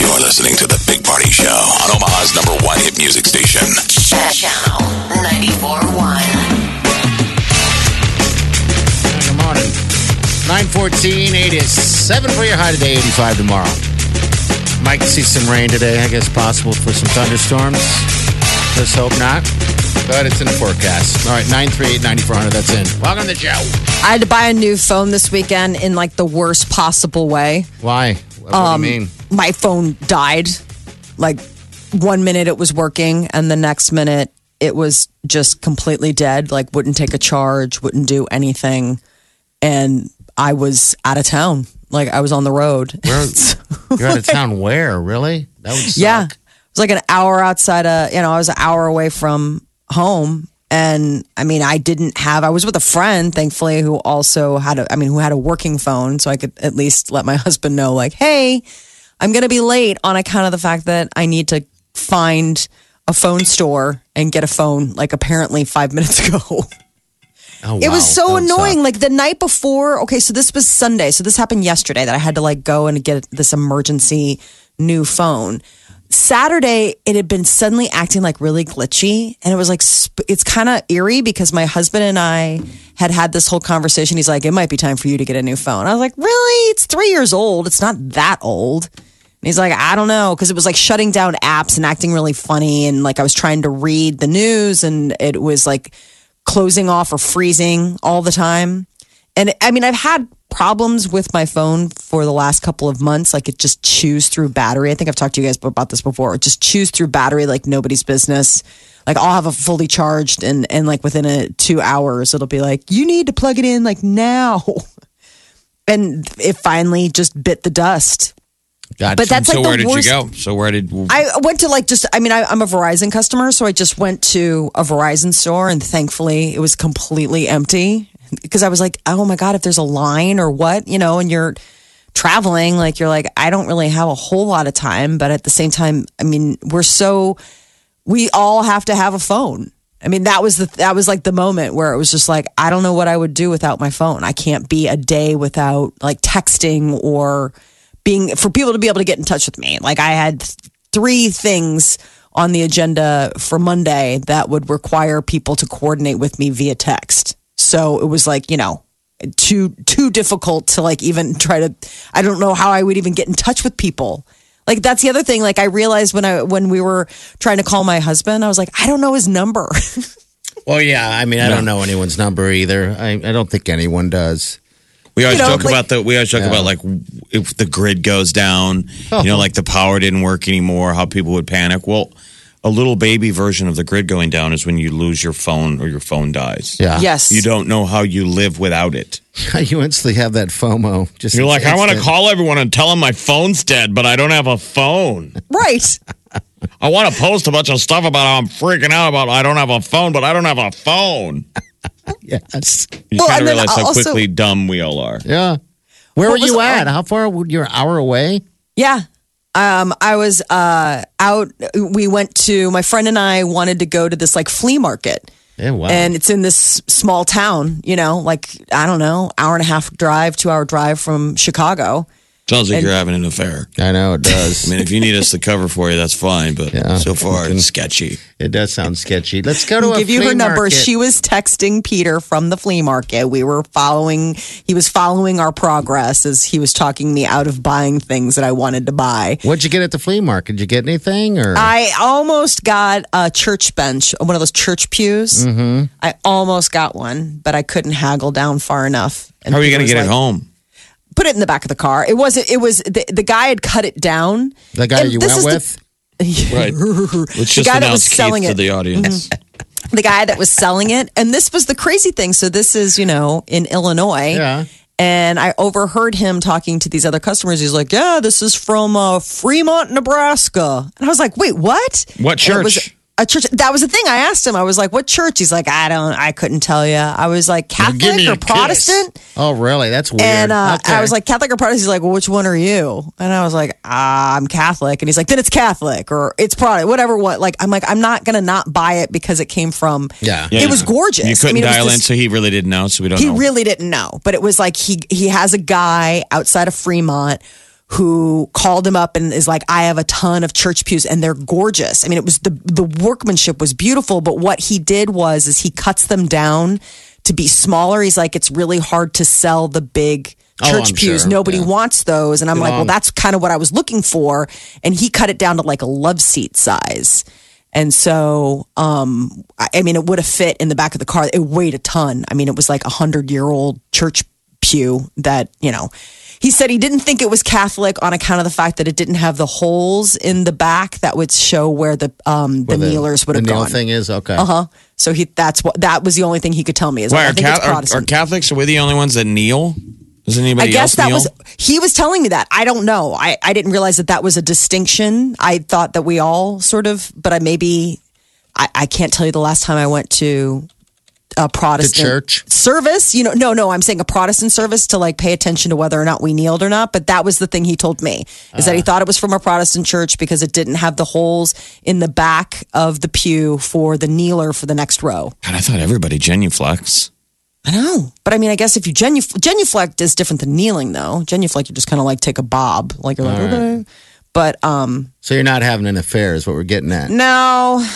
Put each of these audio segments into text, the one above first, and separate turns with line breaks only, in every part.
You're listening to The Big Party Show on Omaha's number one hit music station.
Channel 94.1.
in the morning. 914, 8 is 7 for your high today, 85 tomorrow. Might see some rain today, I guess possible for some thunderstorms. Let's hope not. But it's in the forecast. All right, 938 9400, that's in. Welcome to the show.
I had to buy a new phone this weekend in like the worst possible way.
Why? What
Um,
do you mean?
My phone died. Like one minute it was working, and the next minute it was just completely dead. Like wouldn't take a charge, wouldn't do anything, and I was out of town. Like I was on the road.
Where, you're out of town where? Really? That would suck.
Yeah. It was like an hour outside of, you know, I was an hour away from home. And I mean, I didn't have, I was with a friend, thankfully, who also had a, I mean, who had a working phone. So I could at least let my husband know, like, hey, I'm going to be late on account of the fact that I need to find a phone store and get a phone, like, apparently five minutes ago.
Oh,
It was
wow.
so
That would
annoying.
suck.
Like the night before, okay, so this was Sunday. So this happened yesterday that I had to like go and get this emergency new phone. Saturday, it had been suddenly acting like really glitchy. And it was like, sp- it's kind of eerie because my husband and I had had this whole conversation. He's like, it might be time for you to get a new phone. I was like, really? It's three years old. It's not that old. And he's like, I don't know. Cause it was like shutting down apps and acting really funny. And like I was trying to read the news and it was like, closing off or freezing all the time. And I mean, I've had problems with my phone for the last couple of months. Like it just chews through battery. I think I've talked to you guys about this before. It just chews through battery like nobody's business. Like I'll have a fully charged and, and like within a two hours, it'll be like, you need to plug it in like now. And it finally just bit the dust.
Gotcha.
But that's
so
like
where
the
did
worst
you go? So where did?
I went to like just, I mean, I, I'm a Verizon customer, so I just went to a Verizon store and thankfully it was completely empty because I was like, oh my God, if there's a line or what, you know, and you're traveling, like you're like, I don't really have a whole lot of time. But at the same time, I mean, we're so, we all have to have a phone. I mean, that was the that was like the moment where it was just like, I don't know what I would do without my phone. I can't be a day without like texting or being for people to be able to get in touch with me. Like I had th- three things on the agenda for Monday that would require people to coordinate with me via text. So it was like, you know, too too difficult to like even try to I don't know how I would even get in touch with people. Like that's the other thing. Like I realized when I when we were trying to call my husband, I was like, I don't know his number.
well, yeah. I mean, I don't know anyone's number either. I, I don't think anyone does.
we always
you know,
joke
like-
about the. We always joke about like if the grid goes down, you know, like the power didn't work anymore, how people would panic. Well, a little baby version of the grid going down is when you lose your phone or your phone dies.
Yeah.
yes.
Ah, you don't know how you live without it.
you instantly have that FOMO. Just
You're like, I want to
instant.
call everyone and tell them my phone's dead, but I don't have a phone.
Right.
I want to post a bunch of stuff about how I'm freaking out about I don't have a phone, but I don't have a phone.
Yes.
You
Well, and
kind
then
of realize how
also-
quickly dumb we all are.
Yeah. Where
What
were you
was-
at? How far? were you an hour away?
Yeah. Um, I was uh, out. We went to my friend and I wanted to go to this like flea market,
Yeah,
Uh-huh.
wow.
and it's in this small town. You know, like I don't know, hour and a half drive, two hour drive from Chicago.
Sounds like you're having an affair.
I know it
I
does.
mean, if you need us to cover for you, that's fine. But so far, it's sketchy.
it does sound sketchy. Let's go to a
give you
flea
her number.
market.
She was texting Peter from the flea market. We were following. He was following our progress as he was talking me out of buying things that I wanted to buy.
What'd you get at the flea market? Did you get anything? Or
I almost got a church bench, one of those church pews. Mm-hmm. I almost got one, but I couldn't haggle down far enough. And
How are you
Peter
going
was
to get
like,
it home?
Put it in the back of the car. It wasn't. It was the, the guy had cut it down.
the guy
And
you
this
went
is
with?
Right. Let's
The
just
guy that
announce
was selling
Keith to
it. Mm-hmm.
the audience.
the guy that was selling it. And this was the crazy thing. So this is, you know, in Illinois.
Yeah.
And I overheard him talking to these other customers. He's like, "Yeah, this is from uh, Fremont, Nebraska." And I was like, "Wait, what?
What
And it was
church?
a church. That was the thing. I asked him. I was like, "What church?" He's like, "I don't. I couldn't tell you." I was like, "Catholic
give me
or
a kiss.
Protestant?"
Oh, really? That's weird.
And uh,
Okay.
I was like, Catholic or Protestant? He's like, well, which one are you? And I was like, ah, I'm Catholic. And he's like, then it's Catholic or it's Protestant, whatever. What? Like, I'm like, I'm not gonna not buy it because it came from.
Yeah.
Yeah,
it was gorgeous.
You couldn't
I mean, it was
dial in,
this-
so he really didn't know. So we don't.
he
know.
really didn't know, but it was like he he has a guy outside of Fremont who called him up and is like, I have a ton of church pews and they're gorgeous. I mean, it was the the workmanship was beautiful, but what he did was is he cuts them down to be smaller. He's like, it's really hard to sell the big
Oh,
church
I'm
pews.
sure,
Nobody
yeah.
wants those. And I'm like, well,
long.
that's kind of what I was looking for. And he cut it down to like a love seat size. And so, um, I I mean, it would have fit in the back of the car. It weighed a ton. I mean, it was like a hundred year old church pew that, you know, he said he didn't think it was Catholic on account of the fact that it didn't have the holes in the back that would show where the, um, the, kneelers would
the
have
nail
gone. Uh-huh.
thing is okay.
Huh? So he, that's what, that was the only thing he could tell me is like,
Why
I
are,
think
Ca-
it's
are, are
Protestant.
Catholics? Are we the only ones that kneel? Does anybody
I guess
else
that
kneel?
was he was telling me that. I don't know. I, I didn't realize that that was a distinction. I thought that we all sort of, but I maybe I, I can't tell you the last time I went to a Protestant
church?
service. You know, no, no. I'm saying a Protestant service to like pay attention to whether or not we kneeled or not. But that was the thing he told me is
Ah.
that he thought it was from a Protestant church because it didn't have the holes in the back of the pew for the kneeler for the next row.
God, I thought everybody genuflex.
I know, but I mean, I guess if you genuf- genuflect is different than kneeling, though. Genuflect, you just kind of like take a bob, like you're like, okay. But um,
So you're not having an affair, is what we're getting at.
no,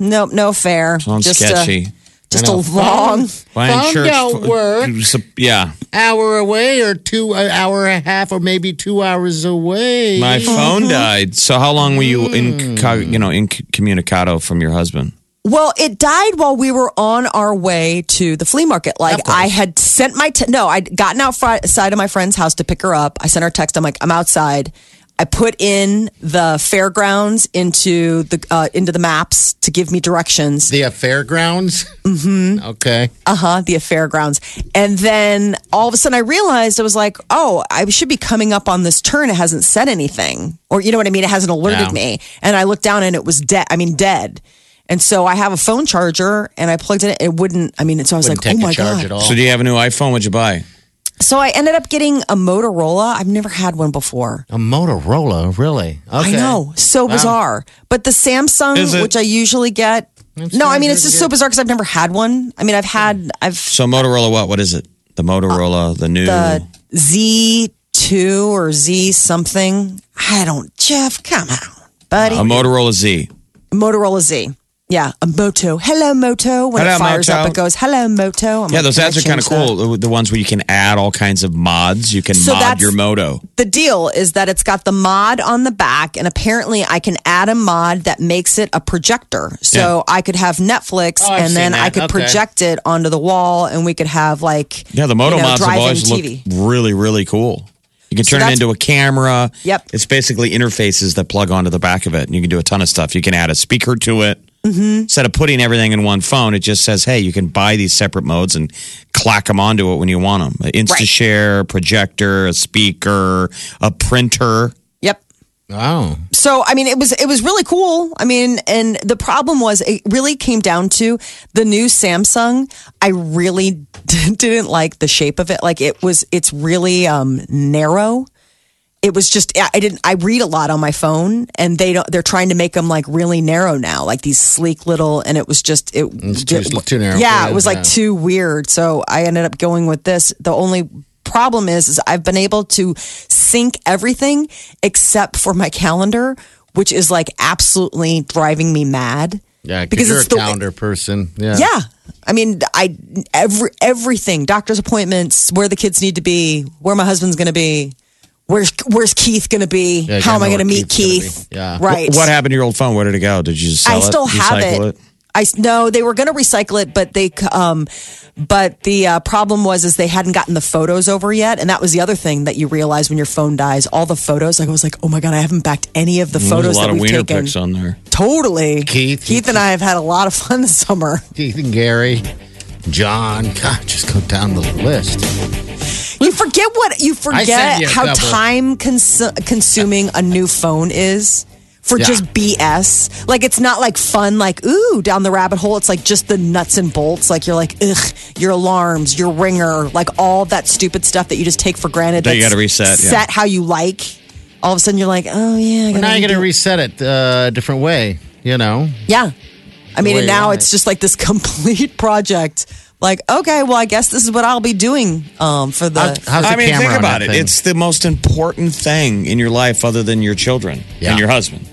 no, no fair.
Sounds
just
sketchy.
A, just a long.
Why in
Found
church?
out work.
Yeah,
Hour away, or two, an hour and a half, or maybe two hours away.
my phone died. So how long were you in? You know, incommunicado from your husband?
Well, it died while we were on our way to the flea market. Like I had sent my te- no, I'd gotten outside of my friend's house to pick her up. I sent her a text. I'm like, I'm outside. I put in the fairgrounds into the uh, into the maps to give me directions.
the affair grounds. Mm-hmm. Okay.
uh-huh the fairgrounds and then all of a sudden i realized i was like oh i should be coming up on this turn it hasn't said anything or you know what i mean it hasn't alerted
Yeah.
me and i looked down and it was dead i mean dead and so i have a phone charger and i plugged it in it wouldn't i mean and so i was
Didn't take
like oh
a
my
charge
god
at all.
So do you have a new iPhone? What'd you buy?
so i ended up getting a motorola i've never had one before
a Motorola, really?
I
Okay.
know. So bizarre. But the
Is
Samsung,
it-
which I usually get. No, I mean, it's just so bizarre because I've never had one. I mean, I've had, I've
So Motorola, what? What is it? The Motorola, the new.
the Z2 Uh, or Z something. I don't, Jeff, come on, buddy.
a Motorola Z.
Motorola Z. Yeah, a Moto. Hello, Moto. When
Hello,
it fires
Moto.
up, it goes, hello, Moto. I'm
Yeah,
like,
those
can I
ads are kind of
change that?
cool. The ones where you can add all kinds of mods. You can
So
mod
that's-
your moto.
The deal is that it's got the mod on the back, and apparently I can add a mod that makes it a projector. So I could have Netflix,
Oh, I've
and then
seen
I
that.
could
Okay.
project it onto the wall, and we could have like
Yeah, the moto
you know,
mods have
drive-in
always
TV.
looked really, really cool. You can turn it
that's-
into a camera.
Yep.
It's basically interfaces that plug onto the back of it, and you can do a ton of stuff. You can add a speaker to it. Mm-hmm. Instead of putting everything in one phone, it just says, "Hey, you can buy these separate modes and clack them onto it when you want them." InstaShare, a projector, a speaker, a printer.
Yep.
Oh,
so I mean, it was it was really cool. I mean, and the problem was it really came down to the new Samsung. I really didn't like the shape of it. Like it was, it's really um, narrow. It was just I I didn't. I read a lot on my phone, and they don't. They're trying to make them like really narrow now, like these sleek little. And it was just it.
too-
it-
too narrow
Yeah,
for
it was
you,
like
yeah.
too weird. So I ended up going with this. The only problem is, is I've been able to sync everything except for my calendar, which is like absolutely driving me mad.
yeah. Because you're a
the
calendar person. Yeah.
yeah. I mean, I every everything doctor's appointments, where the kids need to be, where my husband's going to be, where's where's Keith going to be,
you
how am
gotta
I
know
going to
where
meet
Keith's
Keith?
gonna be. Yeah.
Right.
What happened to your old phone? Where did it go? Did you just sell
I still
it?
have it.
Recycle it?
I s- no, they were going to recycle it, but they um, but the uh, problem was is they hadn't gotten the photos over yet, and that was the other thing that you realize when your phone dies. All the photos, like I was like, oh my god, I haven't backed any of the
Mm, There's
photos
a lot
that
of
we've
wiener
taken.
pics on there.
Totally,
Keith-
Keith and I have had a lot of fun this summer.
Keith and Gary, John. God, just go down the list.
You forget what you forget
you a
how
couple.
time consu- consuming a new phone is for
Yeah.
just BS. Like it's not like fun, like ooh down the rabbit hole. It's like just the nuts and bolts. Like you're like ugh, your alarms, your ringer, like all that stupid stuff that you just take for granted.
That you
that's
gotta reset, yeah.
Set how you like. All of a sudden you're like, oh yeah. I
But now
gotta
you're going to
redo-
reset it uh, a different way, you know?
yeah. I mean,
way you
and now
want
it's just like this complete project. Like, okay, well, I guess this is what I'll be doing um, for the.
How- how's the
I mean,
camera
think
on
about
that
it.
thing?
It's the most important thing in your life, other than your children
Yeah.
and your husband.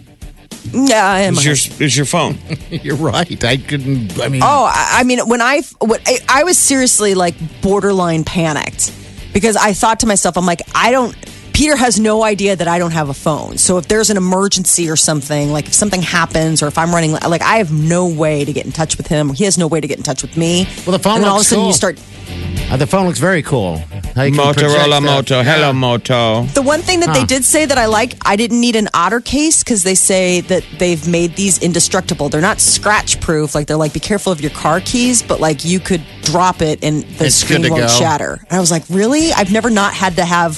yeah, I am.
Is your is your phone?
You're right. I couldn't. I mean,
Oh, I, I mean, when I, what, I I was seriously like borderline panicked because I thought to myself, I'm like, I don't. Peter has no idea that I don't have a phone. So if there's an emergency or something, like if something happens or if I'm running, like I have no way to get in touch with him. He has no way to get in touch with me.
Well, the phone
And then all of a
looks
sudden
cool.
you start
uh, the phone looks very cool. How you can project
Motorola
that.
Moto. Hello, Moto.
The one thing that they
Huh.
did say that I like, I didn't need an otter case because they say that they've made these indestructible. They're not scratch proof. Like they're like, be careful of your car keys, but like you could drop it and the
It's
screen
good to
won't
go.
shatter. And I was like, really? I've never not had to have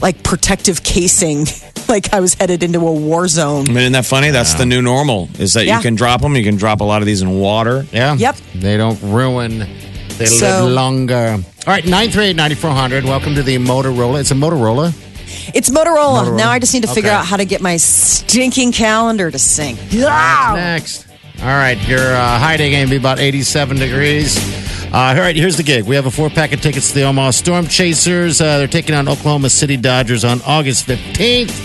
like protective casing. like I was headed into a war zone.
I mean, isn't that funny? That's the new normal. Is that
Yeah.
you can drop them? You can drop a lot of these in water.
Yeah.
Yep.
They don't ruin. They
So-
live longer. All right, 938-9400. Welcome to the Motorola. It's a Motorola.
It's Motorola.
Motorola.
Now I just need to figure
Okay.
out how to get my stinking calendar to sync. Yeah.
Next. All right, your uh, high day game be about 87 degrees. Uh, all right, here's the gig. We have a four pack of tickets to the Omaha Storm Chasers. Uh, they're taking on Oklahoma City Dodgers on August 15th,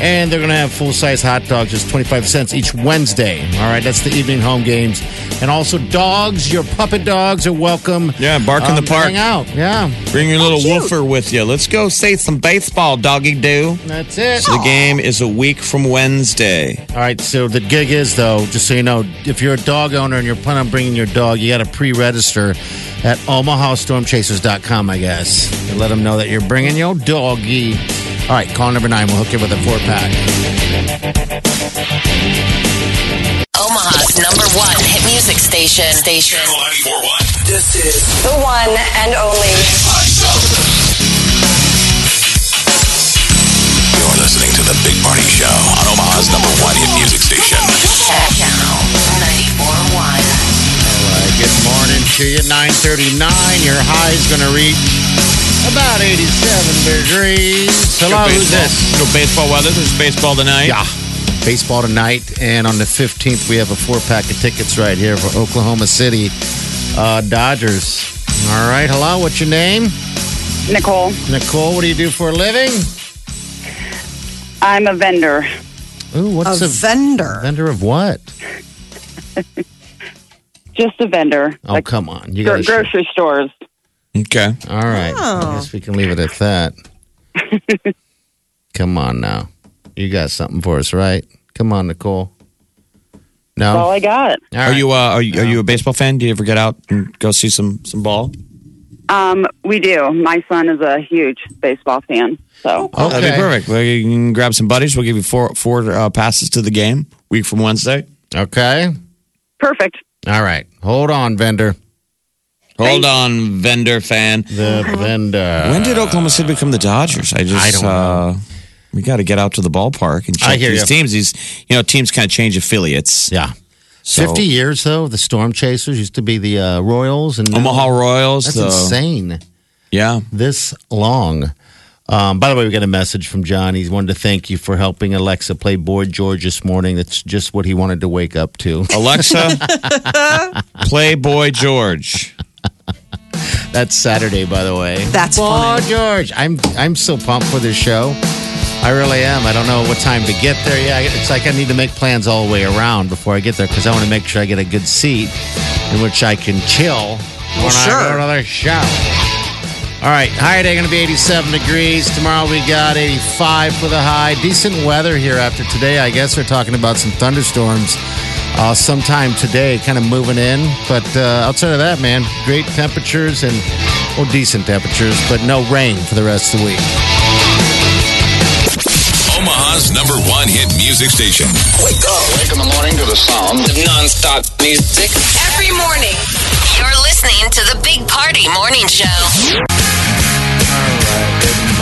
and they're going to have full size hot dogs, just 25 cents each Wednesday. All right, that's the evening home games. And also, dogs, your puppet dogs are welcome.
Yeah, bark in the
to Um, Hang
park.
out. Yeah,
Bring your little
cute.
woofer with you. Let's go say some baseball, doggy do.
that's it.
The game is a week from Wednesday.
All right, so the gig is though, just so you know, if you're a dog owner and you're planning on bringing your dog, you got to pre-register at OmahaStormChasers.com, I guess, and let them know that you're bringing your doggy. All right, call number nine. We'll hook you with a four pack.
Omaha's number one hit music station. Station.
Channel 941. This is
The one and only.
my show. You're listening to the Big Party Show on Omaha's number one hit music station.
Channel
Uh,
941.
good morning to you. Nine thirty-nine. Your high is going to reach about eighty-seven degrees. Hello,
Good
who's
baseball.
this?
Good baseball weather. There's baseball tonight.
Yeah. Baseball tonight, and on the 15th, we have a four pack of tickets right here for Oklahoma City uh, Dodgers. All right. Hello. What's your name?
Nicole,
Nicole, what do you do for a living?
I'm a vendor.
Ooh,
A
what's a,
vendor.
vendor of what?
Just a vendor.
Oh,
like
come on. You
gro-
got to.
grocery Oh. stores.
Okay.
All right. I guess we can leave it at that. come on now. You got something for us, right? Come on, Nicole. No.
That's
Oh.
all I got.
All
Are
right.
you uh, are you, are you a baseball fan? Do you ever get out and go see some some ball?
Um, we do. My son is a huge baseball fan. So
Okay.
That'd be perfect. Well, you can grab some buddies. We'll give you four four uh, passes to the game week from Wednesday.
Okay.
perfect.
All right. Hold on, vendor.
Hold on, vendor fan.
The
Uh-huh.
vendor.
when did Oklahoma City become the Dodgers? I just
Uh, I don't
uh, We got to get out to the ballpark and
I
check
hear
these
ya.
teams. These you know teams kind of change affiliates.
Yeah.
So-
50 years, though, the Storm Chasers used to be the uh, Royals and now-
Omaha Royals.
That's
the-
insane.
Yeah.
This long. Um, by the way, we got a message from John. He wanted to thank you for helping Alexa play Bored George this morning. That's just what he wanted to wake up to.
Alexa, play Boy George.
That's Saturday, by the way.
That's
Boy
funny.
George. I'm I'm so pumped for this show. I really am. I don't know what time to get there. Yeah, it's like I need to make plans all the way around before I get there because I want to make sure I get a good seat in which I can chill when I go
sure.
to the show. All right, high today going to be 87 degrees. Tomorrow we got 85 for the high. Decent weather here after today. I guess they're talking about some thunderstorms uh, sometime today, kind of moving in. But uh, outside of that, man, great temperatures and well, decent temperatures, but no rain for the rest of the week.
Omaha's number one hit music station.
Wake up. Wake in the morning to the sound of non-stop music.
Every morning, you're listening to the Big Party Morning Show.
All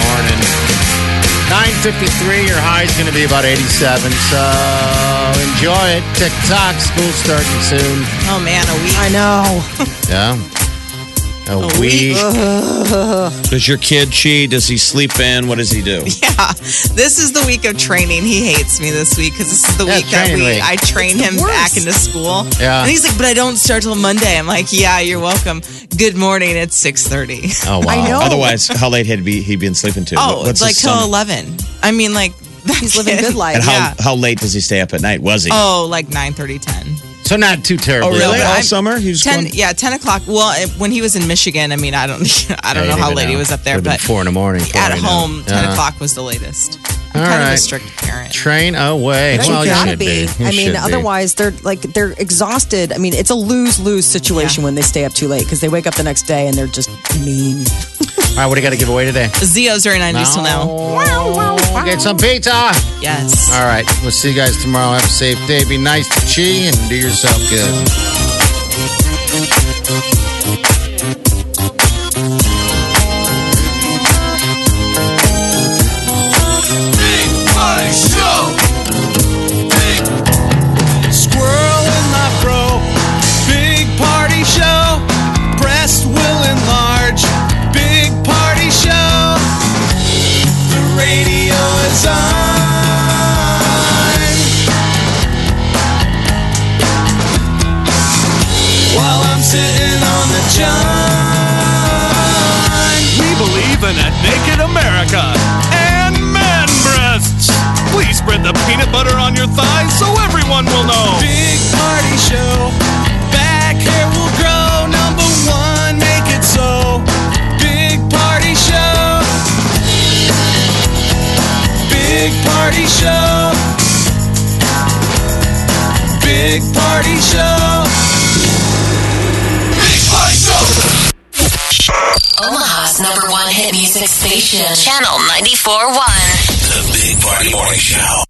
morning. 9.53, your high is going to be about 87, so enjoy it. TikTok, school starting soon.
Oh man, a week.
I know.
Yeah. A, week.
Does your kid cheat? Does he sleep in? What does he do?
Yeah, this is the week of training. He hates me this week because this is the
Yeah,
week that
training
we
week.
I train him back into school.
Yeah.
and he's like, "But I don't start till Monday." I'm like, "Yeah, you're welcome. Good morning. It's six thirty.
Oh, wow.
I know.
Otherwise, how late had he he been sleeping to?
Oh,
What's
it's like
his
till
son-
eleven. I mean, like
He's living good life.
And how
yeah.
how late does he stay up at night? Was he?
Oh, like 9 30, 10.
So not too terrible.
really?
All
I'm-
summer? He was
10
going-
yeah, 10 o'clock. Well, it, when he was in Michigan, I mean, I don't, I don't know how late he was up there, but
four in the morning.
at
probably, no.
home, 10
Yeah.
o'clock was the latest. I'm
All
kind of a
right.
strict parent.
Train away.
But
well,
you gotta
should
be.
You
I
should
mean,
be.
otherwise they're like they're exhausted. I mean, it's a lose lose situation when they stay up too late because they wake up the next day and they're just mean.
All right, what do you got to give away today?
Zio's are in 90s till now.
now. Get some pizza.
Yes.
All right. We'll see you guys tomorrow. Have a safe day. Be nice to Chi and do yourself good.
Squirrel in my fro. Big party show. Breast will enlarge. Big party show. The radio is on. While I'm sitting on the john. We believe in a naked America and man breasts. Please spread the peanut butter on your thighs so everyone will know. Big party show. Back hair will grow. Number one, make it so. Big party show. Big party show. Big party show. Big party show.
Omaha's number one hit music station. Channel 94.1.
The Big Party Morning Show.